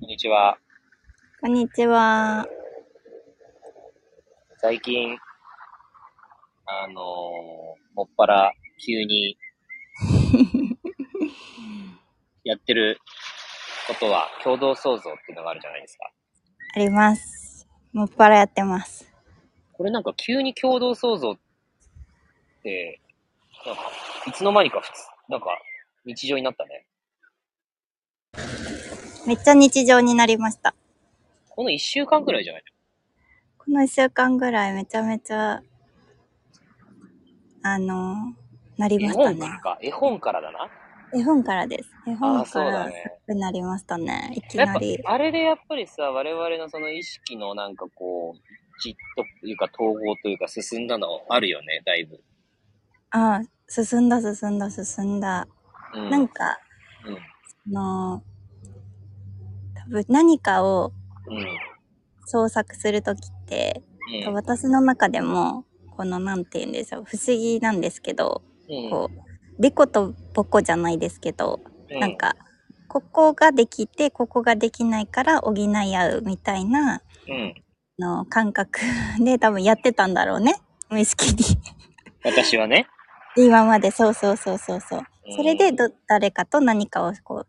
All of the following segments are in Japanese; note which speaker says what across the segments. Speaker 1: こんにちは。
Speaker 2: こんにちは。
Speaker 1: 最近、あのーもっぱら急にやってることは共同創造っていうのがあるじゃないですか。
Speaker 2: あります。もっぱらやってます。
Speaker 1: これなんか急に共同創造って、なんかいつの間にか普通、なんか日常になったね。
Speaker 2: めっちゃ日常になりました。
Speaker 1: この1週間くらいじゃない
Speaker 2: この一週間ぐらいめちゃめちゃ、あの、なり
Speaker 1: 絵
Speaker 2: ました
Speaker 1: 本から
Speaker 2: ね。
Speaker 1: か。絵本からだな。
Speaker 2: 絵本からです。絵
Speaker 1: あ
Speaker 2: 本
Speaker 1: あ、そ
Speaker 2: か
Speaker 1: うだ
Speaker 2: ら
Speaker 1: ね。
Speaker 2: なりましたね。いき
Speaker 1: やっ
Speaker 2: な
Speaker 1: ぱ
Speaker 2: り。
Speaker 1: あれでやっぱりさ、我々のその意識のなんかこう、一致というか統合というか進んだのあるよね、だいぶ。
Speaker 2: ああ、進んだ進んだ進んだ。
Speaker 1: うん。
Speaker 2: なんか、
Speaker 1: うん。
Speaker 2: あの、多分何かを
Speaker 1: うん。
Speaker 2: 創作するときって、
Speaker 1: うん。
Speaker 2: 私の中でも、この、なんて言うんでしょう、不思議なんですけど、
Speaker 1: うん
Speaker 2: こう、デコとボコじゃないですけど、
Speaker 1: うん。
Speaker 2: なんか、ここができて、ここができないから補い合うみたいな、
Speaker 1: うん。
Speaker 2: の、感覚で多分やってたんだろうね。無意識に。
Speaker 1: 私はね。
Speaker 2: で今まで、そうそうそうそうそう。
Speaker 1: うん
Speaker 2: それでど、誰かと何かをこう、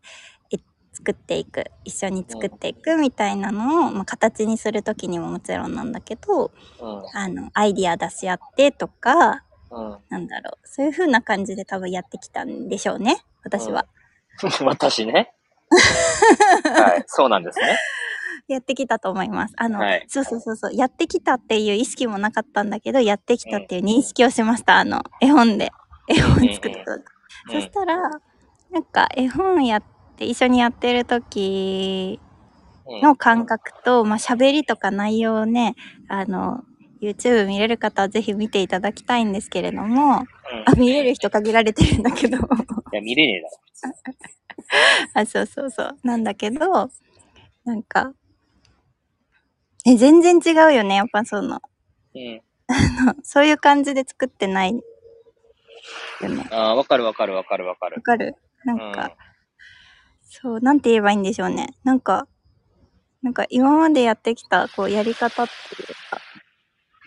Speaker 2: え作っていく、一緒に作っていくみたいなのを、まあ、形にする時にももちろんなんだけ
Speaker 1: う
Speaker 2: ど、
Speaker 1: ん。
Speaker 2: あの、アイディア出し合ってとか、
Speaker 1: うん。
Speaker 2: なんだろう、そういう風な感じで多分やってきたんでしょうね、私は。
Speaker 1: 私 ね。はい。そうなんですね。
Speaker 2: やってきたと思います。あの、
Speaker 1: はい
Speaker 2: そうそうそうそう、やってきたっていう意識もなかったんだけど、やってきたっていう認識をしました。あの、絵本で。絵本作った時。
Speaker 1: う
Speaker 2: そし
Speaker 1: ん。
Speaker 2: たら、なんか絵本やって、一緒にやってる時の感覚と、まあ、喋りとか内容をね、あの、YouTube 見れる方はぜひ見ていただきたいんですけれども、
Speaker 1: うん。うん
Speaker 2: あ、見れる人限られてるんだけど。
Speaker 1: いや、見れねえだろ。
Speaker 2: あ、そうそうそう。なんだけど、なんか、え、全然違うよね。やっぱその、
Speaker 1: うん。
Speaker 2: そういう感じで作ってない。よね。
Speaker 1: ああ、わかるわかるわかるわか
Speaker 2: わ
Speaker 1: る。
Speaker 2: かるなんか、そう、なんて言えばいいんでしょうね。なんか、なんか今までやってきた、こう、やり方っていうか、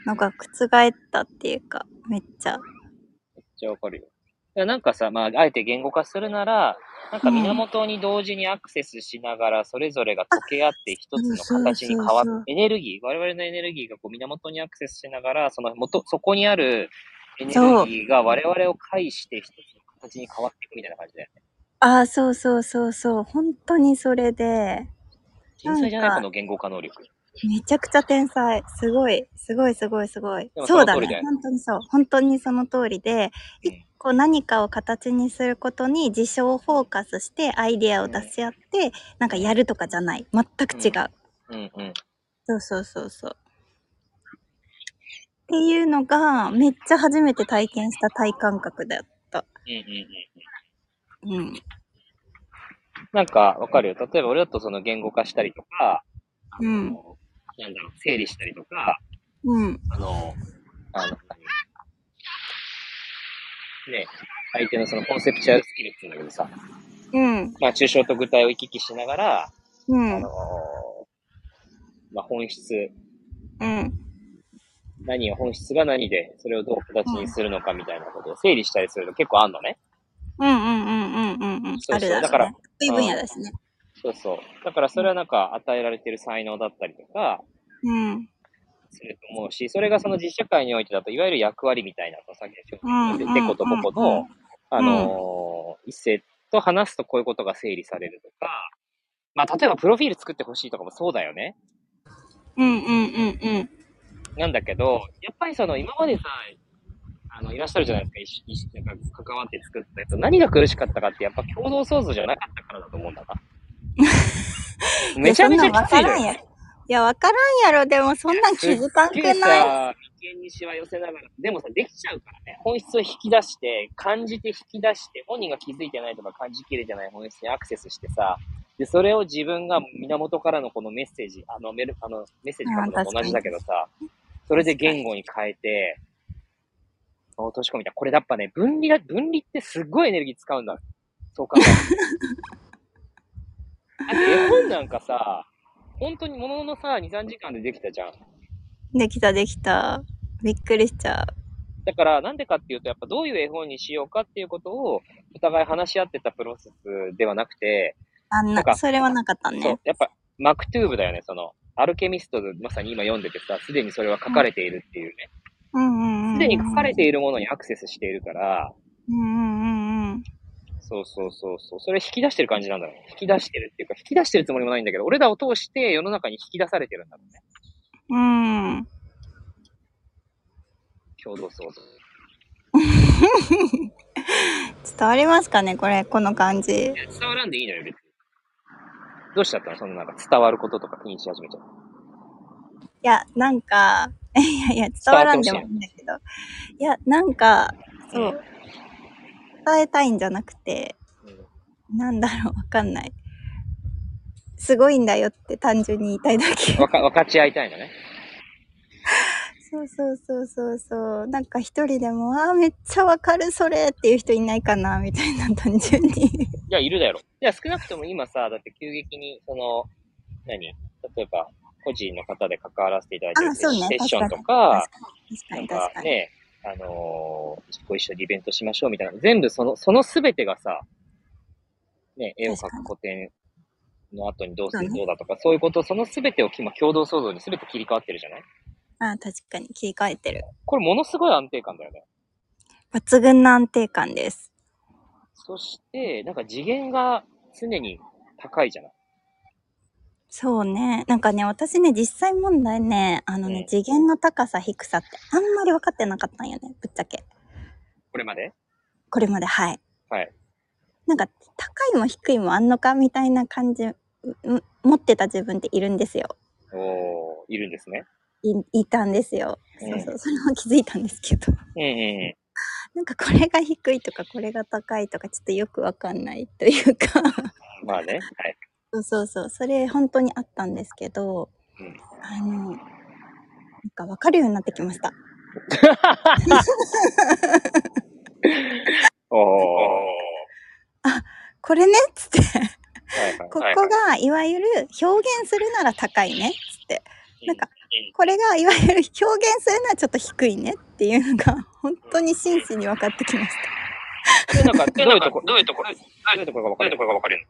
Speaker 2: のが覆ったっていうか、めっちゃ。
Speaker 1: めっちゃわかるよ。いやなんかさ、まあ、あえて言語化するなら、なんか源に同時にアクセスしながら、それぞれが溶け合って一つの形に変わっ
Speaker 2: そうそうそう
Speaker 1: エネルギー、我々のエネルギーがこう源にアクセスしながら、その元、そこにあるエネルギーが我々を介して一つの形に変わっていくみたいな感じだよね。
Speaker 2: ああ、そうそうそうそう。本当にそれで、
Speaker 1: 天才じゃない
Speaker 2: なん
Speaker 1: こ
Speaker 2: か
Speaker 1: の言語化能力。
Speaker 2: めちゃくちゃ天才。すごい、すごい、すごい、すごい
Speaker 1: でも。
Speaker 2: そうだ
Speaker 1: その通りだ
Speaker 2: ね。
Speaker 1: よ
Speaker 2: 本当にそう。本当にその通りで、
Speaker 1: うん
Speaker 2: 一個何かを形にすることに事象をフォーカスして、アイデアを出し合って、なんかやるとかじゃない。全く違う。
Speaker 1: うんうん。
Speaker 2: そうそうそうそう。っていうのが、めっちゃ初めて体験した体感覚だった。
Speaker 1: うんうんうん。
Speaker 2: うん。
Speaker 1: なんか、わかるよ。例えば俺だとその言語化したりとか、あの
Speaker 2: うん
Speaker 1: なんだろう、整理したりとか、
Speaker 2: うん。
Speaker 1: あの、あの、ね、相手のそのコンセプチュアルスキルっていうんだけどさ、
Speaker 2: うん。
Speaker 1: まあ、抽象と具体を行き来しながら、
Speaker 2: う
Speaker 1: あ
Speaker 2: ん
Speaker 1: の。まあ、本質、
Speaker 2: うん。
Speaker 1: 何を、本質が何で、それをどう形にするのかみたいなことを整理したりすると結構あんのね。
Speaker 2: うんうんうんうんうんうん。
Speaker 1: そうそう
Speaker 2: あるだろうね
Speaker 1: だから
Speaker 2: 得意分野だしね。
Speaker 1: そうそう。だからそれはなんか与えられてる才能だったりとか、
Speaker 2: うん。
Speaker 1: すると思うし、それがその実社会においてだと、いわゆる役割みたいな、さっきの、
Speaker 2: うん
Speaker 1: でことぼこ
Speaker 2: うんうんう
Speaker 1: の
Speaker 2: ん、
Speaker 1: あのー一斉と話すとこういうことが整理されるとか、まあ、例えばプロフィール作ってほしいとかもそうだよね。
Speaker 2: うんうんうんうん。
Speaker 1: なんだけど、やっぱりその今までさ、あの、いらっしゃるじゃないですか、一緒になんか関わって作ったやつ。何が苦しかったかって、やっぱ共同創造じゃなかったからだと思うん だな。めちゃめちゃきつい
Speaker 2: や
Speaker 1: の
Speaker 2: そんなんわからん
Speaker 1: よ
Speaker 2: や。ろ。いや、わからんやろ。でも、そんなん気づかん
Speaker 1: すっげえ
Speaker 2: くない
Speaker 1: さ、眉間にしわ寄せながら、でもさ、できちゃうからね。本質を引き出して、感じて引き出して、本人が気づいてないとか感じきれてない本質にアクセスしてさ、で、それを自分が源からのこのメッセージ、あの、メル、あの、メッセージ書くのと同じだけどさ、それで言語に変えて、落とし込みた。これやっぱね、分離だ、分離ってすっごいエネルギー使うんだ。そう考えると。だって絵本本なんかさ、本当にもののさ、2、3時間でできたじゃん。
Speaker 2: できたできた。びっくりしちゃう。
Speaker 1: だから、なんでかっていうと、やっぱどういう絵本にしようかっていうことを、お互い話し合ってたプロセスではなくて、
Speaker 2: あん
Speaker 1: な
Speaker 2: なん
Speaker 1: か
Speaker 2: それはなかった
Speaker 1: そう
Speaker 2: ね。、
Speaker 1: やっぱ、マクトゥーブだよね、その、アルケミストでまさに今読んでてさ、すでにそれは書かれているっていうね。
Speaker 2: うんうんうん。
Speaker 1: すでに書かれているものにアクセスしているから、
Speaker 2: うんうんうん
Speaker 1: そうそうそうそう。それ引き出してる感じなんだろうね。引き出してるっていうか、引き出してるつもりもないんだけど、俺らを通して世の中に引き出されてるんだろうね。
Speaker 2: うん。うん。
Speaker 1: 共同創造。
Speaker 2: 伝わりますかねこれ、この感じ。
Speaker 1: いや伝わらんでいいのよ、別に。どうしちゃったのそのなんか伝わることとか気にし始めちゃった。
Speaker 2: いや、なんか、いやいや、伝わらんでもいいんだけど。いや、なんか、そう。伝えたいんじゃなくて、なんだろう、わかんない。すごいんだよって単純に言いたいだけ。
Speaker 1: 分か分かち合いたいのね。
Speaker 2: そうそうそうそうそう。なんか一人でも、ああ、めっちゃわかる、それっていう人いないかな、みたいな、単純に。
Speaker 1: いや、いるだろ。いや、少なくとも今さ、だって急激に、その、何例えば、個人の方で関わらせていただいて
Speaker 2: あ
Speaker 1: るセ
Speaker 2: そうね
Speaker 1: ッションと
Speaker 2: 確
Speaker 1: か、
Speaker 2: か
Speaker 1: な
Speaker 2: に
Speaker 1: ん
Speaker 2: 確か
Speaker 1: か
Speaker 2: に。
Speaker 1: ね、あのーご一緒にイベントしましょうみたいな、全部その、その全てがさ、ね、絵を描く古典の後にどうす
Speaker 2: そう
Speaker 1: る
Speaker 2: ね
Speaker 1: どうだとか、そういうこと、その全てを今共同創造に全て切り替わってるじゃない
Speaker 2: ああ、確かに切り替えてる。
Speaker 1: これものすごい安定感だよね。
Speaker 2: 抜群の安定感です。
Speaker 1: そして、なんか次元が常に高いじゃない。
Speaker 2: そうね。なんかね、私ね、実際問題ね、あのね、
Speaker 1: うん
Speaker 2: 次元の高さ、低さってあんまり分かってなかったんよね、ぶっちゃけ。
Speaker 1: これまで
Speaker 2: これまで、はい。
Speaker 1: はい。
Speaker 2: なんか、高いも低いもあんのかみたいな感じ、うう持ってた自分っているんですよ。
Speaker 1: おー、いるんですね。
Speaker 2: いいたんですよ。
Speaker 1: うん
Speaker 2: そうそう、それも気づいたんですけど。
Speaker 1: うんうんうん。
Speaker 2: なんかこれが低いとかこれが高いとかちょっとよくわかんないというか
Speaker 1: まあね、はい。
Speaker 2: そうそうそうそれ本当にあったんですけど、
Speaker 1: うん
Speaker 2: あのなんかわかるようになってきました
Speaker 1: おお。
Speaker 2: これねっつって
Speaker 1: はいはい
Speaker 2: ここ
Speaker 1: はい
Speaker 2: がいわゆる表現するなら高いねっつってなんか
Speaker 1: うん
Speaker 2: これがいわゆる表現するならちょっと低いねっていうのが 本当に真摯に分かってきました
Speaker 1: それ なんか、どういうとこ、どういうとこ、どういうとこがわかるどういうとこがわかる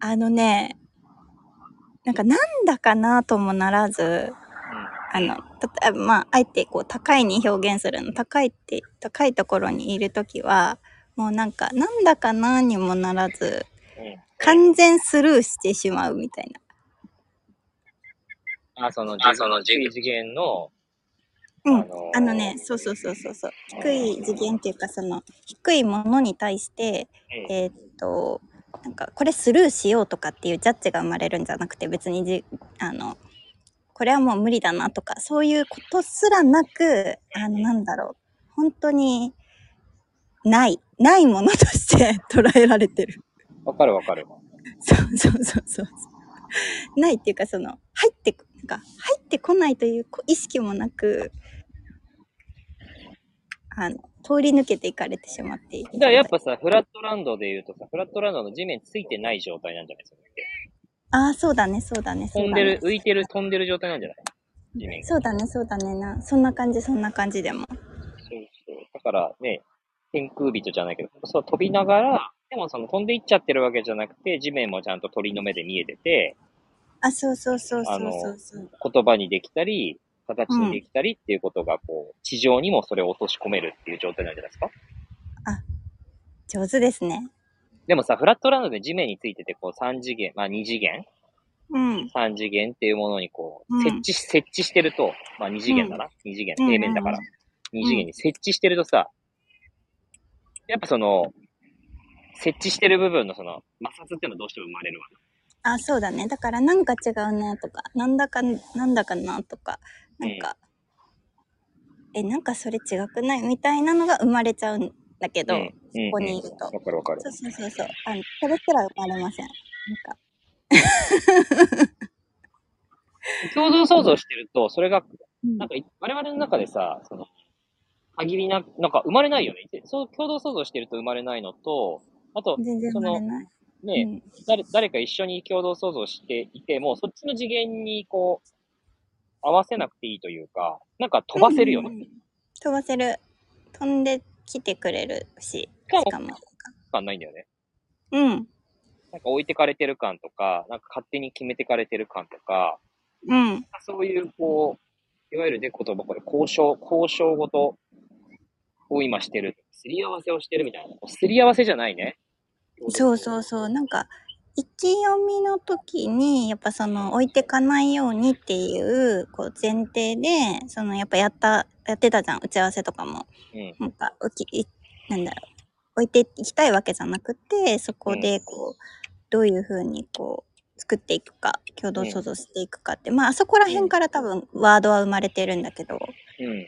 Speaker 2: あのねなんかなんだかなともならずあのたあまああえてこう高いに表現するの高いって高いところにいる時はもうなんかなんだかなにもならず完全スルーしてしまうみたい
Speaker 1: あ、その、
Speaker 3: あその
Speaker 1: 次次元の、
Speaker 2: な。うん
Speaker 1: あのー
Speaker 2: あのねそうそうそうそうそう低い次元っていうかその低いものに対して
Speaker 1: うん
Speaker 2: えーっとなんかこれスルーしようとかっていうジャッジが生まれるんじゃなくて別にじあのこれはもう無理だなとかそういうことすらなくあのなんだろう本当にないないものとして 捉えられてる
Speaker 1: わかるわかる。
Speaker 2: そうそうそうそうそうないっていうかその入ってこなんか入ってこないというこう意識もなくあの通り抜けていかれてしまっている
Speaker 1: だからやっぱさ、フラットランドで言うとさ、フラットランドの地面ついてない状態なんじゃないですか。
Speaker 2: ああそうだねそうだねそう
Speaker 1: 飛ん
Speaker 2: だ
Speaker 1: で
Speaker 2: ね
Speaker 1: る、浮いてる、飛んでる状態なんじゃない地面が。
Speaker 2: そうだね、そうだね。なそんな感じ、そんな感じでも。
Speaker 1: そうそう。だからね、天空人じゃないけど、そう飛びながら、でもその飛んでいっちゃってるわけじゃなくて、地面もちゃんと鳥の目で見えてて、
Speaker 2: あ、そうそうそうそ
Speaker 1: あ
Speaker 2: う
Speaker 1: の
Speaker 2: そうそう。
Speaker 1: 言葉にできたり、形にできたりっていうことが、こう、地上にもそれを落とし込めるっていう状態なんじゃないですか
Speaker 2: 上手ですね。
Speaker 1: でもさ、フラットランドで地面についてて、こう3次元、まあ2次元
Speaker 2: うん。
Speaker 1: ?3 次元っていうものにこ
Speaker 2: う
Speaker 1: う、
Speaker 2: ん
Speaker 1: 設置、設置してると、まあ2次元だな。2次元、
Speaker 2: うん
Speaker 1: 平面だから。2次元に設置してるとさ、やっぱその、設置してる部分のその、摩擦っていうのはどうしても生まれるわ。
Speaker 2: あ、そうだね。だから、なんか違うなとか、なんだか、なんだかなとか、なんか、え、なんかそれ違くないみたいなのが生まれちゃうんだけど、
Speaker 1: うんうん
Speaker 2: ここにいる
Speaker 1: う
Speaker 2: と
Speaker 1: んわかるわかる
Speaker 2: そ。うそうそうそう。あのそれすら生まれません。なんか、
Speaker 1: 共同創造してると、それが、
Speaker 2: うん
Speaker 1: なんかい、我々の中でさ、その、限りな、なんか生まれないよね。そう、共同創造してると生まれないのと、あと、
Speaker 2: 全然
Speaker 1: そ
Speaker 2: 生ま
Speaker 1: の
Speaker 2: れ、ない。
Speaker 1: ね、誰誰か一緒に共同創造していても、そっちの次元にこう、合わせなくていいというか、なんか飛ばせるよね。
Speaker 2: うん飛ばせる。飛んできてくれるし、
Speaker 1: しかも
Speaker 2: しかも。
Speaker 1: 感ないんだよね。
Speaker 2: うん。
Speaker 1: なんか置いてかれてる感とか、なんか勝手に決めてかれてる感とか、
Speaker 2: うん。
Speaker 1: そういうこう、いわゆるね、言葉、これ交渉、交渉ごとを今してる。すり合わせをしてるみたいな。すり合わせじゃないね。
Speaker 2: そうそうそう。なんか、意気読みの時に、やっぱその、置いてかないようにっていう、こう、前提で、その、やっぱやった、やってたじゃん、打ち合わせとかも。
Speaker 1: うん
Speaker 2: なんか、うき、いなんだろう。置いていきたいわけじゃなくて、そこで、こう、どういうふうに、こう、作っていくか、共同創造していくかって、まあ、あそこら辺から多分、ワードは生まれてるんだけど、
Speaker 1: うん。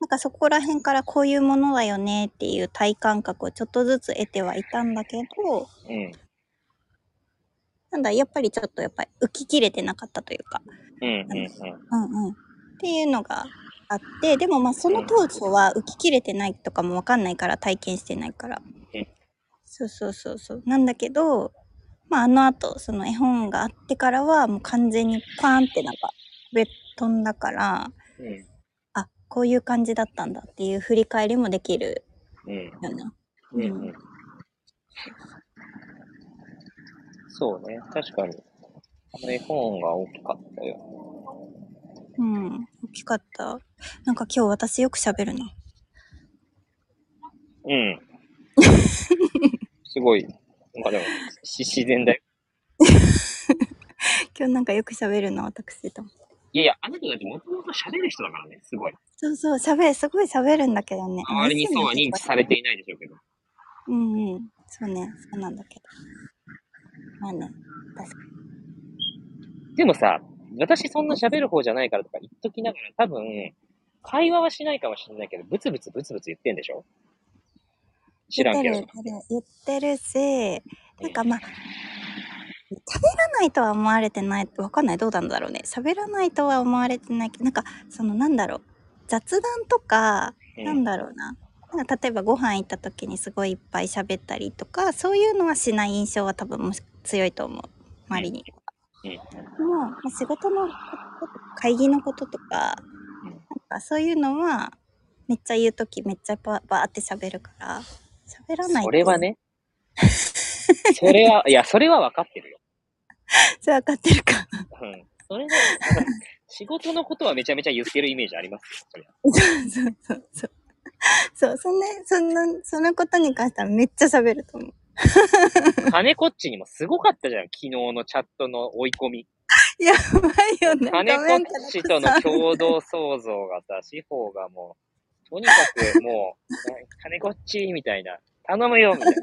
Speaker 2: なんかそこら辺からこういうものだよねっていう体感覚をちょっとずつ得てはいたんだけど、
Speaker 1: うん。
Speaker 2: なんだ、やっぱりちょっとやっぱり浮き切れてなかったというか、
Speaker 1: うん。うん。
Speaker 2: うんうん。っていうのがあって、でもまあその当初は浮き切れてないとかもわかんないから、体験してないから
Speaker 1: うん。
Speaker 2: そうそうそうそう。なんだけど、まああの後、その絵本があってからはもう完全にパーンってなんか、上飛んだから、
Speaker 1: うん。
Speaker 2: あ、こういう感じだったんだっていう振り返りもできる
Speaker 1: うん。
Speaker 2: よね。
Speaker 1: うん。うん。そうね。確かに。あの絵本が大きかったよ。
Speaker 2: うん、大きかった。なんか今日私よく喋るな。
Speaker 1: うん。すごい。まあでも、し自然だよ。
Speaker 2: 今日なんかよく喋るな、私と。
Speaker 1: いやいや、あなただってもともと喋る人だからね。すごい。
Speaker 2: そうそう、喋る、すごい喋るんだけどね。
Speaker 1: 周りにそうは認知されていないでしょうけど。
Speaker 2: うんうん。そうね、そうなんだけど。まあね、確か
Speaker 1: でもさ、私そんな喋る方じゃないからとか言っときながら、多分、会話はしないかもしれないけど、ブツブツブツブツ言ってんでしょ知らん
Speaker 2: に。
Speaker 1: け
Speaker 2: 言っ
Speaker 1: ど
Speaker 2: てる。、言ってるし、なんかまあ、喋らないとは思われてない、わかんない、どうなんだろうね。喋らないとは思われてないけど、なんか、そのなんだろう、雑談とか、
Speaker 1: うん
Speaker 2: なんだろうな。なんか例えばご飯行った時にすごいいっぱい喋ったりとかそういうのはしない印象は多分もし強いと思う周りに。
Speaker 1: うん
Speaker 2: でもまあ仕事のこと会議のこととか
Speaker 1: うん
Speaker 2: なんかそういうのはめっちゃ言う時めっちゃババーって喋るから喋らない
Speaker 1: それはね。 それは、いや、それは分かってるよ。
Speaker 2: それ分かってるか
Speaker 1: うん。それは、仕事のことはめちゃめちゃ言ってるイメージありますよそれは
Speaker 2: そうそうそうそうそんなそんなそのことに関してはめっちゃ喋ると思う
Speaker 1: 金こっちにもすごかったじゃん。昨日のチャットの追い込み。
Speaker 2: やばいよね
Speaker 1: 金
Speaker 2: 画面
Speaker 1: こ
Speaker 2: から
Speaker 1: っちとの共同創造がさ、司法がもう、とにかくもう、ね金こっちみたいな、頼むよみたいな。も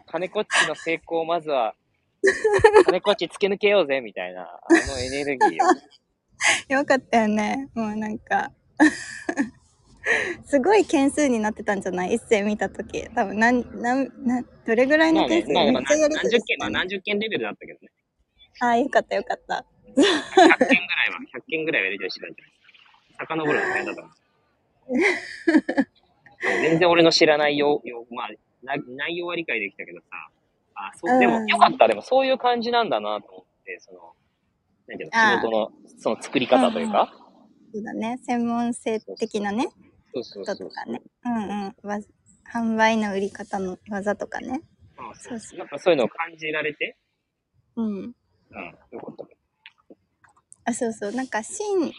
Speaker 1: う金こっちの成功をまずは、金こっち突き抜けようぜみたいな、あのエネルギーを。
Speaker 2: よかったよね。もうなんか。 すごい件数になってたんじゃない一斉見た時多分何何何どれぐらい
Speaker 1: ま
Speaker 2: の
Speaker 1: あね
Speaker 2: 件、数
Speaker 1: まあ、
Speaker 2: め
Speaker 1: まあ
Speaker 2: っちゃやり
Speaker 1: 何
Speaker 2: 取
Speaker 1: 十
Speaker 2: りし
Speaker 1: 件、ま
Speaker 2: た
Speaker 1: あ
Speaker 2: ね
Speaker 1: 何十件レベルだったけどね。
Speaker 2: ああよかったよかった
Speaker 1: 100件ぐらいは、100件ぐらいはやりとりしてたんじゃない遡るの大変だと思う。全然俺の知らないよ、よまあ、な内容は理解できたけどさ、あそうで
Speaker 2: う
Speaker 1: も
Speaker 2: ん
Speaker 1: よかった、でもそういう感じなんだなと思って、その、なんていうの、
Speaker 2: ああ
Speaker 1: 仕事の、その作り方というか、
Speaker 2: そうだね専門性的なね
Speaker 1: そうそうそ
Speaker 2: 人
Speaker 1: うそう
Speaker 2: と。かねうんうんわ販売の売り方の技とかね
Speaker 1: あ
Speaker 2: そ
Speaker 1: そうう
Speaker 2: そ
Speaker 1: なんかそういうのを感じられて、
Speaker 2: うん
Speaker 1: うん、よかった。
Speaker 2: あそうそうなんか心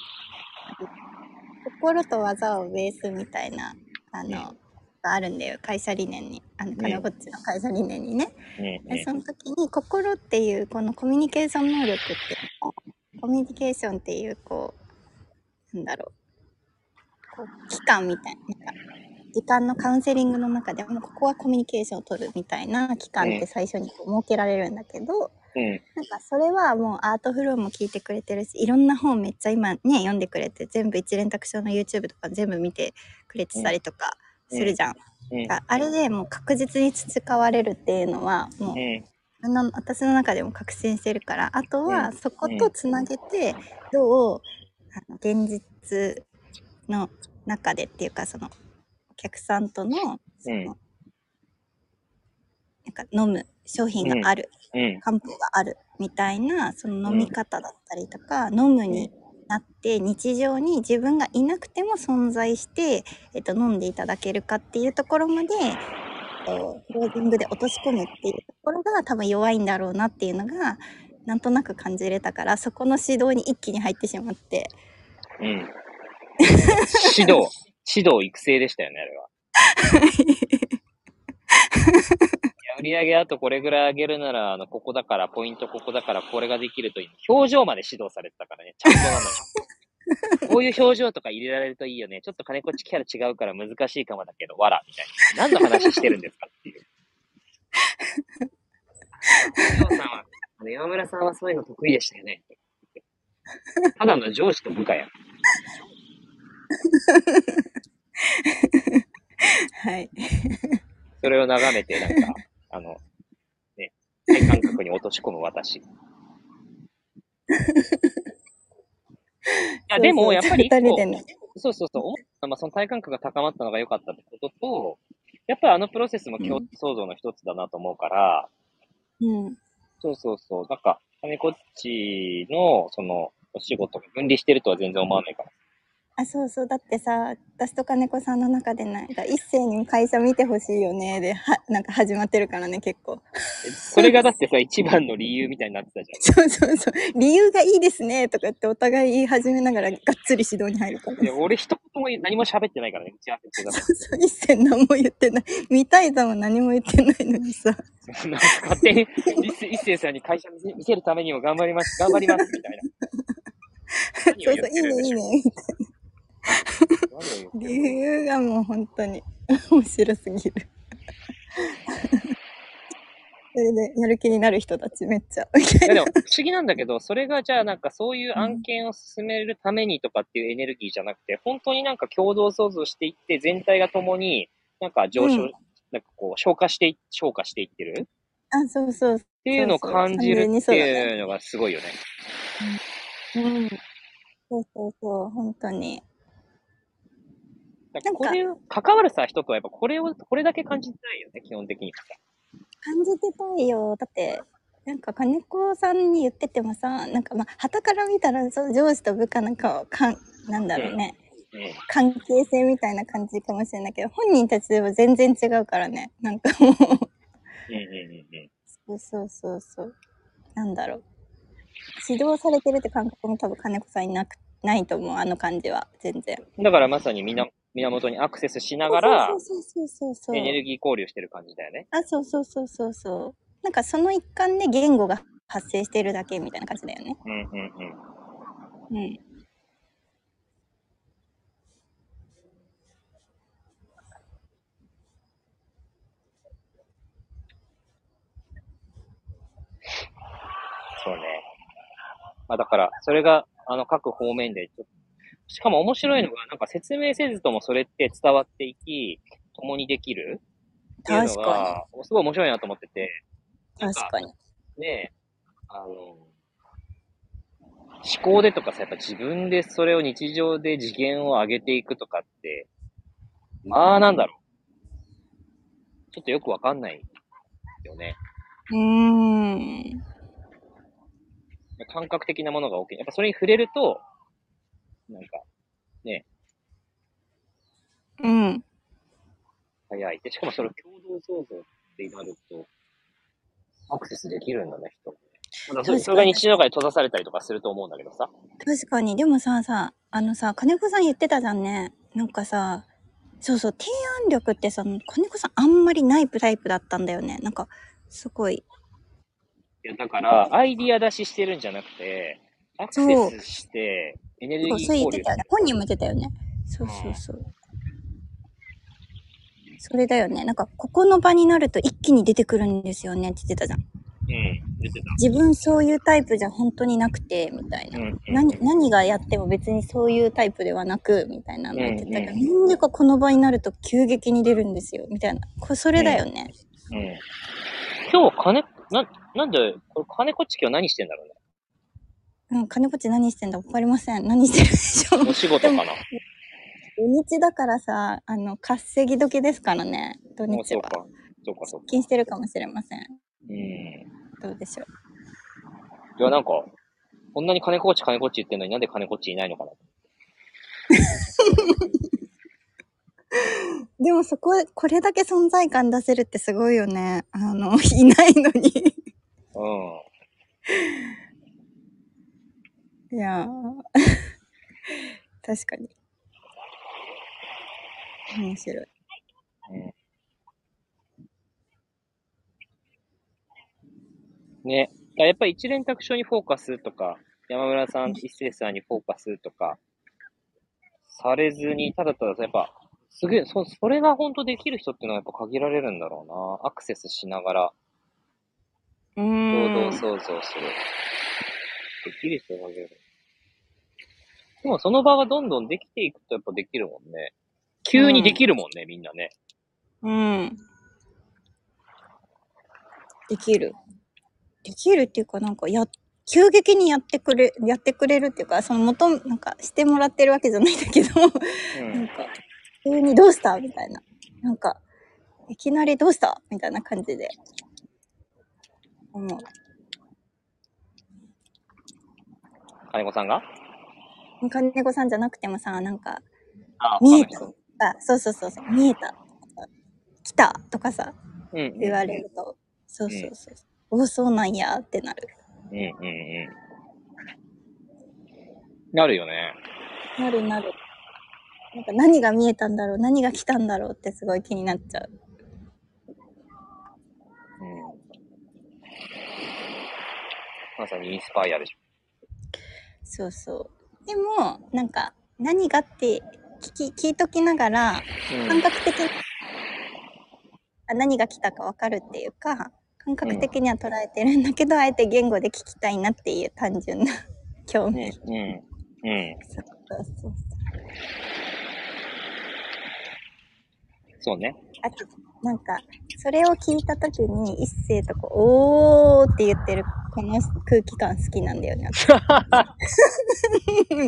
Speaker 2: 心と技をベースみたいなあの、があるんだよ会社理念にあの金こっちの会社理念にね、
Speaker 1: ね
Speaker 2: で
Speaker 1: ね
Speaker 2: その時に心っていうこのコミュニケーション能力っていうのをコミュニケーションっていうこうなんだろうこう期間みたいななんか時間のカウンセリングの中でもここはコミュニケーションを取るみたいな期間って最初にこう設けられるんだけど、
Speaker 1: うん、
Speaker 2: なんかそれはもうアートフローも聞いてくれてるしいろんな本めっちゃ今ね読んでくれて全部一連卓上の YouTube とか全部見てくれてたりとかするじゃん。
Speaker 1: うん
Speaker 2: だからあれでもう確実に培われるっていうのはもう
Speaker 1: うん、
Speaker 2: あの私の中でも確信してるからあと
Speaker 1: う
Speaker 2: は
Speaker 1: ん
Speaker 2: そことつなげてどうあの現実の中でっていうかそのお客さんとのその、
Speaker 1: うん
Speaker 2: なんか飲む商品がある、
Speaker 1: うん。
Speaker 2: 漢方があるみたいなその飲み方だったりとか、飲むになって日常に自分がいなくても存在して、えっと、飲んでいただけるかっていうところまで、えークロージングで落とし込むっていうところが多分弱いんだろうなっていうのがなんとなく感じれたからそこの指導に一気に入ってしまって
Speaker 1: うん。指導、指導育成でしたよね、あ れは。いや売り上げあとこれぐらい上げるなら、あの、ここだから、ポイントここだから、これができるといい。表情まで指導されてたからね、ちゃんとなのよ。こういう表情とか入れられるといいよね。ちょっと金子っちキャラ違うから難しいかもだけど、わら、みたいな。何の話してるんですかっていう。山村さんは、あの山村さんはそういうの得意でしたよね。ただの上司と部下や。
Speaker 2: はい
Speaker 1: それを眺めて、 なんか、あの、ね、体感覚に落とし込む 私。いや、でも、やっぱり一個
Speaker 2: 2人でね
Speaker 1: そうそうそう思った、まあ、その体感覚が高まったのが良かったってことと、やっぱりあのプロセスも共通創造の一つだなと思うから、
Speaker 2: うん
Speaker 1: そうそうそう、なんか、金子っちの、その、お仕事が分離してるとは全然思わないから。
Speaker 2: あそうそうだってさ私と金子さんの中でなんか一斉に会社見てほしいよねではなんか始まってるからね結構
Speaker 1: えそれがだってさ、一番の理由みたいになってたじゃん。
Speaker 2: そうそうそう理由がいいですねとかってお互い言い始めながらがっつり指導に入るから
Speaker 1: いや、俺一言も何も喋ってないからね、打ち合わせ中だか
Speaker 2: そうそう一切何も言ってない見たいさも何も言ってないのにさ
Speaker 1: ら。なんか勝手に、一世一世さんに会社見せ見せるためにも頑張ります、頑張ります、みたいな。
Speaker 2: そう
Speaker 1: 何
Speaker 2: そ
Speaker 1: を言
Speaker 2: う
Speaker 1: っ
Speaker 2: い
Speaker 1: て
Speaker 2: い
Speaker 1: るん
Speaker 2: ね
Speaker 1: でし
Speaker 2: いい
Speaker 1: ょう何を言ってるんでしょう
Speaker 2: ね理由がもう本当に 面白すぎ るそれでやる気になる人たちめっちゃみた
Speaker 1: い
Speaker 2: い
Speaker 1: や
Speaker 2: な
Speaker 1: でも不思議なんだけど、それがじゃあなんかそういう案件を進めるためにとかっていうエネルギーじゃなくて、本当になんか共同創造していって、全体が共になんか上昇、
Speaker 2: うん
Speaker 1: なんかこう消化してい、消化していってるっ
Speaker 2: あそうそう
Speaker 1: ていうのを
Speaker 2: そうそう
Speaker 1: 感じる
Speaker 2: 完全に
Speaker 1: っ
Speaker 2: そ
Speaker 1: て
Speaker 2: うだね
Speaker 1: いうのがすごいよね。
Speaker 2: うんそうそうそう本当に
Speaker 1: だからこれを、関わるさ、人とはやっぱこれを、これだけ感じてないよね、基本的にはさ。
Speaker 2: 感じてたいよだってなんか金子さんに言っててもさなんかまあ傍から見たらそう上司と部下なんかをかんなんだろうね、
Speaker 1: うん
Speaker 2: 関係性みたいな感じかもしれないけど本人たちでは全然違うからねなんかも
Speaker 1: う
Speaker 2: う
Speaker 1: んうんうんうん。
Speaker 2: そうそうそうそうなんだろう指導されてるって感覚も多分金子さんいなくないと思うあの感じは全然
Speaker 1: だからまさに源源にアクセスしながら
Speaker 2: そう、そうそうそうそう
Speaker 1: エネルギー交流してる感じだよね。
Speaker 2: あそうそうそうそうそうなんかその一環で言語が発生してるだけみたいな感じだよね
Speaker 1: うんうんうん。
Speaker 2: うん
Speaker 1: そうね。まあだから、それが、あの、各方面でちょっと、しかも面白いのが、なんか説明せずともそれって伝わっていき、共にできるっていうの
Speaker 2: 確か
Speaker 1: が、すごい面白いなと思ってて、
Speaker 2: に確かに
Speaker 1: ねあの、思考でとかさ、やっぱ自分でそれを日常で次元を上げていくとかって、まあなんだろう。ちょっとよくわかんないよね。
Speaker 2: うーん
Speaker 1: 感覚的なものが大きい。やっぱそれに触れると、なんか、
Speaker 2: うん
Speaker 1: 早い。で、しかもそれ共同創造ってなると、アクセスできるんだね、人。まあだからそれ
Speaker 2: 確かに
Speaker 1: それが日常の中で閉ざされたりとかすると思うんだけどさ。
Speaker 2: 確かにでもささあのさ金子さん言ってたじゃんねなんかさそうそう提案力ってさ金子さんあんまりないタイプだったんだよねなんかすごい
Speaker 1: いや、だから、アイディア出ししてるんじゃなくて、アクセスして、エネルギ
Speaker 2: そ
Speaker 1: ー
Speaker 2: うそう言
Speaker 1: 交流
Speaker 2: ってたよね本人も言ってたよねそうそうそうそれだよねなんかここの場になると一気に出てくるんですよねって言ってたじゃん
Speaker 1: うん、出て
Speaker 2: 自分そういうタイプじゃ本当になくてみたい
Speaker 1: た。
Speaker 2: な、
Speaker 1: うん。
Speaker 2: 何何がやっても別にそういうタイプではなくみたいなの言ってたけど、
Speaker 1: うん
Speaker 2: なんでかこの場になると急激に出るんですよみたいなこそれだよね、
Speaker 1: うん。今日、金、な、なんで、これ金こっち今日何してんだろうね。
Speaker 2: うん金持ち何してんだか分かりません何してるでしょう
Speaker 1: お仕事かな。
Speaker 2: 土日だからさあの稼ぎ時ですからね土
Speaker 1: もう
Speaker 2: 日
Speaker 1: そう
Speaker 2: は
Speaker 1: か。そうか、
Speaker 2: 出
Speaker 1: そうか。
Speaker 2: 勤してるかもしれません
Speaker 1: うん。い
Speaker 2: どうでしょう。
Speaker 1: や、なんか、こんなに金こっち金こっち言ってんのになんで金こっちいないのかな。
Speaker 2: でもそこ、これだけ存在感出せるってすごいよね。あの、 いないのに。
Speaker 1: うん。
Speaker 2: いやー 確かに。面白い。
Speaker 1: ね。だからやっぱり一連卓上にフォーカスとか、山村さん、一星さんにフォーカスとか、されずに、ただただ、やっぱ、すげえ、そ、それが本当できる人っていうのはやっぱ限られるんだろうな。アクセスしながら、
Speaker 2: う
Speaker 1: 共
Speaker 2: ー
Speaker 1: 同
Speaker 2: ん。
Speaker 1: 創造する。できる人が限られる。でもその場がどんどんできていくとやっぱできるもんね。急にできるもんね、みんなね。
Speaker 2: うん。できる。できるっていうか、なんか、や、急激にやってくれ、やってくれるっていうか、その元、なんか、してもらってるわけじゃないんだけど、
Speaker 1: う
Speaker 2: なん
Speaker 1: ん。
Speaker 2: か、急にどうしたみたいな。なんか、いきなりどうしたみたいな感じで。思う。
Speaker 1: 金子さんが
Speaker 2: 金子さんじゃなくてもさ、なんか、
Speaker 1: あ
Speaker 2: 見えた
Speaker 1: 他の人
Speaker 2: あ、そうそうそうそう、見えた。来たとかさ、
Speaker 1: うんうん。
Speaker 2: 言われると、そうそうそう。多そうなんやってなる。
Speaker 1: うんうんうん。なるよね。
Speaker 2: なるなる。なんか何が見えたんだろう、何が来たんだろうってすごい気になっちゃう。
Speaker 1: うん。まさにインスパイアでし
Speaker 2: そうそう。でも、なんか、何がって聞き、聞いときながら、
Speaker 1: ょ。う
Speaker 2: 感覚的に、あ何が来たかわかるっていうか、感覚的には捉えてるんだけど、あえて言語で聞きたいなっていう単純な 興味。
Speaker 1: ん。うん。うん。
Speaker 2: そうそうそう。
Speaker 1: そうね。
Speaker 2: あと、なんか、それを聞いたときに、一斉とこう、おーって言ってる、この空気感好きなんだよね。 私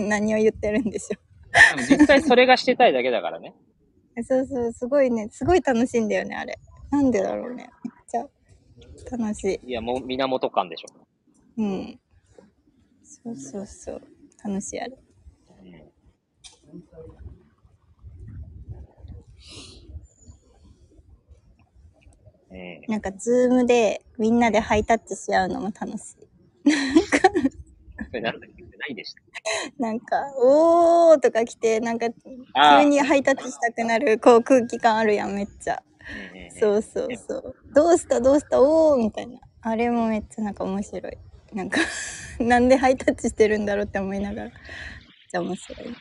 Speaker 2: 何を言ってるんでしょ
Speaker 1: 実際それがしてたいだけだからね。
Speaker 2: う。そうそう、すごいね、すごい楽しいんだよね、あれ。なんでだろうね。めっちゃ楽しい。
Speaker 1: いや、もう源感でしょ。
Speaker 2: うん。そうそうそう。楽しいあれ。
Speaker 1: うんうん、
Speaker 2: なんか、ズームでみんなでハイタッチし合うのも楽しい。
Speaker 1: それなんだっけないでした。
Speaker 2: なんか、おーとか来て、なんか、
Speaker 1: あー
Speaker 2: 急にハイタッチしたくなる、こう空気感あるやん、めっちゃ。
Speaker 1: うん
Speaker 2: そうそうそう。どうしたどうしたおーみたいな。あれもめっちゃなんか面白い。なんか、 なんでハイタッチしてるんだろうって思いながら。めっちゃ面白いな。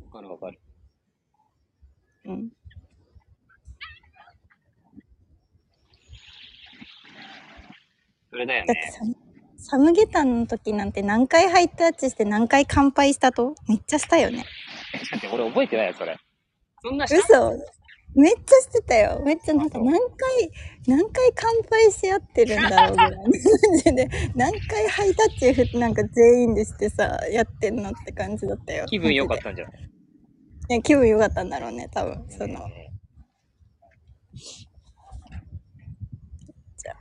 Speaker 1: うん。わかるわかる。
Speaker 2: うん。
Speaker 1: それだよ
Speaker 2: だって
Speaker 1: ね。
Speaker 2: サムサムゲタンの時なんて何回ハイタッチして何回乾杯したとめっちゃしたよね。
Speaker 1: だって俺覚えてないよ、それ。そんなした
Speaker 2: 嘘めっちゃしてたよ。めっちゃなんか
Speaker 1: あそう
Speaker 2: 何回、何回乾杯し合ってるんだろうぐらいの感じで、何回ハイタッチふなんか全員でしてさ、やってんのって感じだったよ。
Speaker 1: 気分良かっ
Speaker 2: マ
Speaker 1: たんじゃない
Speaker 2: ジで。いや気分良かったんだろうね、多分。 その、じゃ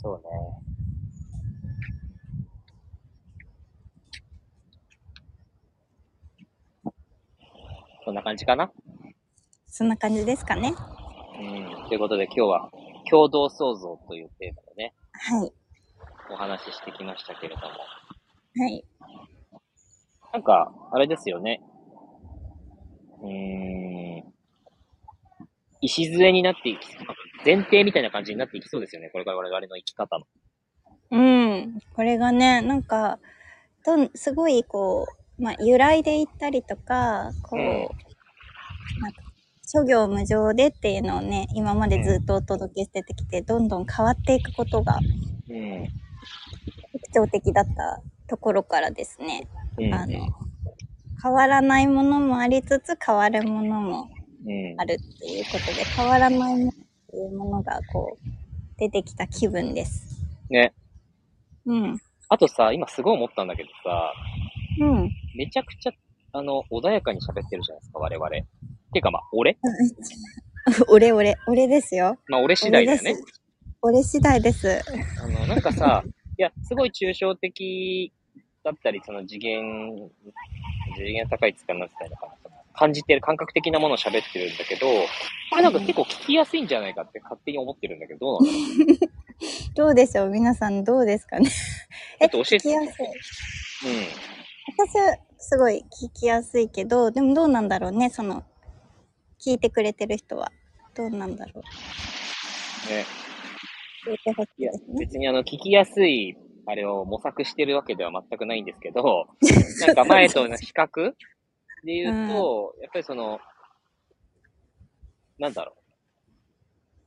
Speaker 1: そうね。そんな感じかな。
Speaker 2: そんな感じですかね。
Speaker 1: うん。ということで今日は共同創造というテーマでね、
Speaker 2: はい。
Speaker 1: お話ししてきましたけれども。
Speaker 2: はい。
Speaker 1: なんか、あれですよね。うーん。礎になっていき、前提みたいな感じになっていきそうですよね。これから我々の生き方の。
Speaker 2: うん。これがね、なんか、どんすごいこう、まあ、由来で言ったりとか、こう、
Speaker 1: うん
Speaker 2: なんか、諸行無常でっていうのをね、今までずっとお届けしてきて、どんどん変わっていくことが
Speaker 1: うん。
Speaker 2: 特徴的だったところからですね、
Speaker 1: うん。
Speaker 2: あの、変わらないものもありつつ、変わるものも
Speaker 1: うん
Speaker 2: あ。るっていうことで、変わらないものっていうものが、こう、出てきた気分です。
Speaker 1: ね。
Speaker 2: うん。
Speaker 1: あとさ、今すごい思ったんだけどさ、
Speaker 2: うん。
Speaker 1: めちゃくちゃ、あの、穏やかに喋ってるじゃないですか、我々。てかまあ、俺
Speaker 2: 俺俺。俺ですよ。
Speaker 1: まあ、俺次第だよね。
Speaker 2: 俺次第です。
Speaker 1: あの、なんかさ、 いや、すごい抽象的だったり、その次元、次元高い使いなってたりとかな、感じてる、感覚的なものを喋ってるんだけど、これなんか結構聞きやすいんじゃないかって勝手に思ってるんだけど、どうなのち
Speaker 2: どうでしょう皆さんどうですかね
Speaker 1: ょ
Speaker 2: え
Speaker 1: っと教え
Speaker 2: 聞き
Speaker 1: て。
Speaker 2: やすい。私はすごい聞きやすいけど、でもどうなんだろうね、その、聞いてくれてる人は。どうなんだろう。
Speaker 1: うん。ね。
Speaker 2: 聞いてほしい
Speaker 1: いや
Speaker 2: です、ね。
Speaker 1: 別にあの、聞きやすい、あれを模索してるわけでは全くないんですけど、なんか前との比較で言うと、やっぱりその、なんだろ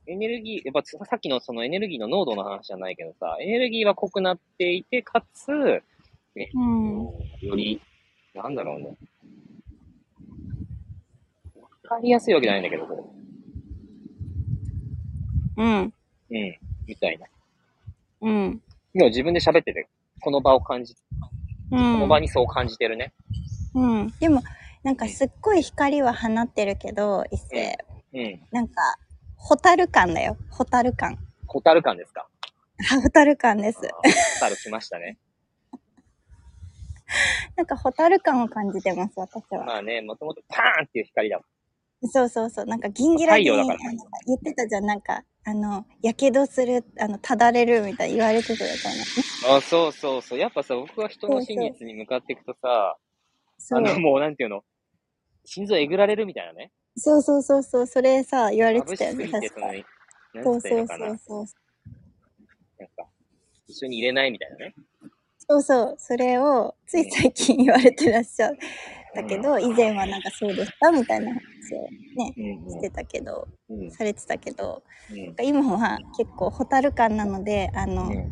Speaker 1: う。エネルギー、やっぱささっきのそのエネルギーの濃度の話じゃないけどさ、エネルギーは濃くなっていて、かつ、
Speaker 2: うん。
Speaker 1: より、なんだろうね。わかりやすいわけじゃないんだけど、こ
Speaker 2: うん。
Speaker 1: う。うん。みたいな。
Speaker 2: うん。
Speaker 1: 今自分で喋ってて、この場を感じ、
Speaker 2: う
Speaker 1: この場
Speaker 2: ん。
Speaker 1: にそう感じてるね。
Speaker 2: うん。でも、なんかすっごい光は放ってるけど、一世。
Speaker 1: うん。
Speaker 2: なんか、ホタル感だよ。ホタル感。
Speaker 1: ホタル感ですか
Speaker 2: あホタル感です。
Speaker 1: あーホタル来ましたね。
Speaker 2: なんかホタル感を感じてます、私は。
Speaker 1: まあね、もともとパーンっていう光だもん。
Speaker 2: そうそうそう。なんかギンギラギン。
Speaker 1: 太陽
Speaker 2: な
Speaker 1: だ
Speaker 2: んか
Speaker 1: から
Speaker 2: 言ってたじゃん。なんか、あの、やけどする、あの、ただれるみたいに言われてたじゃん。
Speaker 1: あそうそうそう。やっぱさ、僕は人の真実に向かっていくとさ、
Speaker 2: そ
Speaker 1: あ
Speaker 2: う
Speaker 1: の、もうなんていうの心臓えぐられるみたいなね。
Speaker 2: そうそうそうそう。それさ、言われて
Speaker 1: 眩
Speaker 2: た
Speaker 1: し
Speaker 2: よ
Speaker 1: す
Speaker 2: ね。
Speaker 1: ぎて、
Speaker 2: 確
Speaker 1: そ
Speaker 2: か
Speaker 1: の、なんて言
Speaker 2: そううそ
Speaker 1: の
Speaker 2: う
Speaker 1: か
Speaker 2: そ
Speaker 1: な。
Speaker 2: うそう。
Speaker 1: なんか、一緒に入れないみたいなね。
Speaker 2: そうそう。それを、つい最近言われてらっしゃったけど、以前はなんかそうでしたみたいな話をね、
Speaker 1: うん
Speaker 2: してたけど、
Speaker 1: うん。うん。
Speaker 2: されてたけど、
Speaker 1: うん。
Speaker 2: 今は結構ホタル感なので、あの、
Speaker 1: うん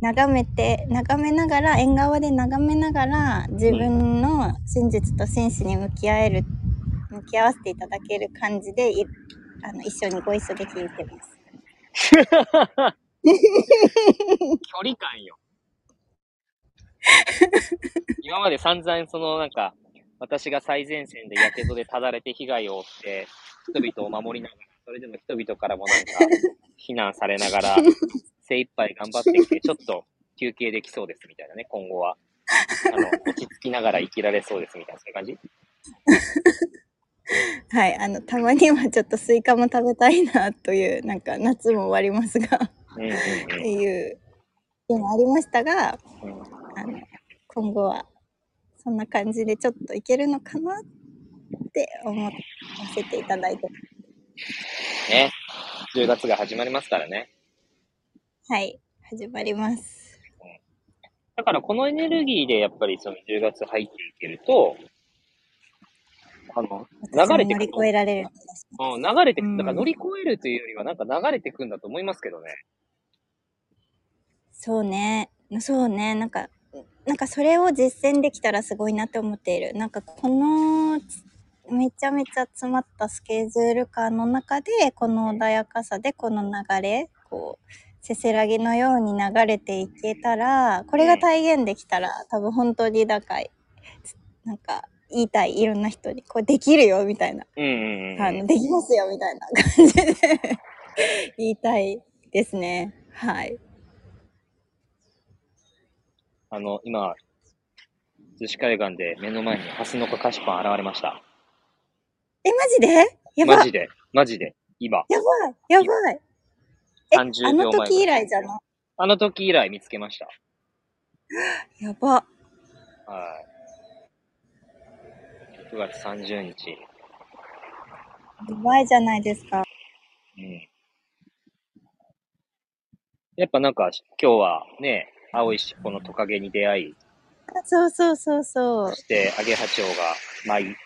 Speaker 2: 眺めて眺めながら縁側で眺めながら自分の真実と真摯に向き合える向き合わせていただける感じでいあの一緒にご一緒できてます。
Speaker 1: 距離感よ。 今まで散々そのなんか、私が最前線でやけどでただれて被害を負って、人々を守りながら、それでも人々からもなんか、非難されながら、精一杯頑張ってきて、ちょっと休憩できそうですみたいなね、今後は。あの、落ち着きながら生きられそうですみたいな、そういう感じ
Speaker 2: はい、あのたまにはちょっとスイカも食べたいなというなんか夏も終わりますがっ
Speaker 1: うんうん
Speaker 2: ていうでもありましたが
Speaker 1: うんうん。
Speaker 2: あの今後はそんな感じでちょっといけるのかなって思わせていただいて
Speaker 1: ね。10月が始まりますからね。
Speaker 2: はい始まります。
Speaker 1: だからこのエネルギーでやっぱりその10月入っていけると、あの、
Speaker 2: 私も
Speaker 1: 流れて
Speaker 2: 乗
Speaker 1: く
Speaker 2: り
Speaker 1: る。
Speaker 2: 越えられる気がします。
Speaker 1: うん、流れてく
Speaker 2: う
Speaker 1: る。
Speaker 2: ん
Speaker 1: だから乗り越えるというよりはなんか流れてくんだと思いますけどね。
Speaker 2: そうね、そうね、なんか、なんかそれを実践できたらすごいなって思っている。なんかこのめちゃめちゃ詰まったスケジュール感の中で、この穏やかさでこの流れ、こう、せせらぎのように流れていけたら、これが体現できたら、多分本当になんか、なんか言いたい、いろんな人に、こうできるよみたいな、
Speaker 1: うんうん
Speaker 2: あ
Speaker 1: う
Speaker 2: の
Speaker 1: ん。
Speaker 2: できますよみたいな感じで 言いたいですね。はい。
Speaker 1: あの、今、逗子海岸で目の前にハスの子菓子パン現れました。
Speaker 2: え、マジでやば
Speaker 1: マ
Speaker 2: い。
Speaker 1: ジで、マジで、今、
Speaker 2: やばい。やばい。え、あ
Speaker 1: 30秒
Speaker 2: の
Speaker 1: 前。
Speaker 2: 時以来じゃない
Speaker 1: あの時以来見つけました。
Speaker 2: やば。
Speaker 1: はい。9月30日。
Speaker 2: やばいじゃないですか。
Speaker 1: うんやっぱなんか今日はね、青い尻尾のトカゲに出会い、
Speaker 2: あそうそうそうそう
Speaker 1: そ。してアゲハチョウが舞い、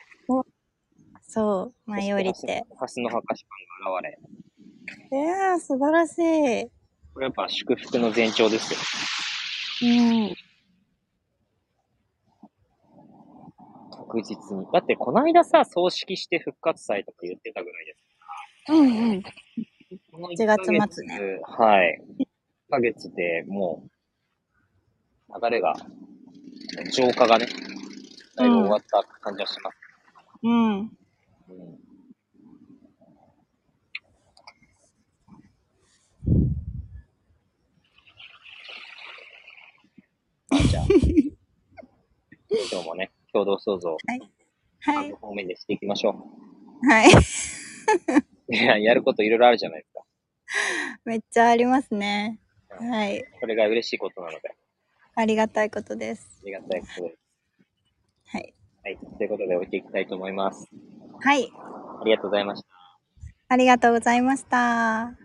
Speaker 2: そう。前よりって。
Speaker 1: ハスのハカシパンが現れ、
Speaker 2: いやー、素晴らしい。う
Speaker 1: これやっぱ祝福の前兆ですよ。
Speaker 2: ん。
Speaker 1: 確実に。だってこないださ、葬式して復活祭とか言ってたぐらいです。
Speaker 2: うんうん。
Speaker 1: この
Speaker 2: 1月末ね。
Speaker 1: はい。1ヶ月でもう、流れがですね、浄化がね、だいぶ終わった感じはします。
Speaker 2: うん。
Speaker 1: うんじゃあ、 今日もね、共同創造、
Speaker 2: は
Speaker 1: 各
Speaker 2: い。
Speaker 1: 方面でしていきましょ
Speaker 2: はい。
Speaker 1: う。 いや、やることいろいろあるじゃないですか。
Speaker 2: めっちゃありますね。はい。
Speaker 1: それが嬉しいことなので、
Speaker 2: ありがたいことです。
Speaker 1: ありがたいことです。
Speaker 2: はい。
Speaker 1: はい、ということで置いていきたいと思います。
Speaker 2: はい。
Speaker 1: ありがとうございました。
Speaker 2: ありがとうございました。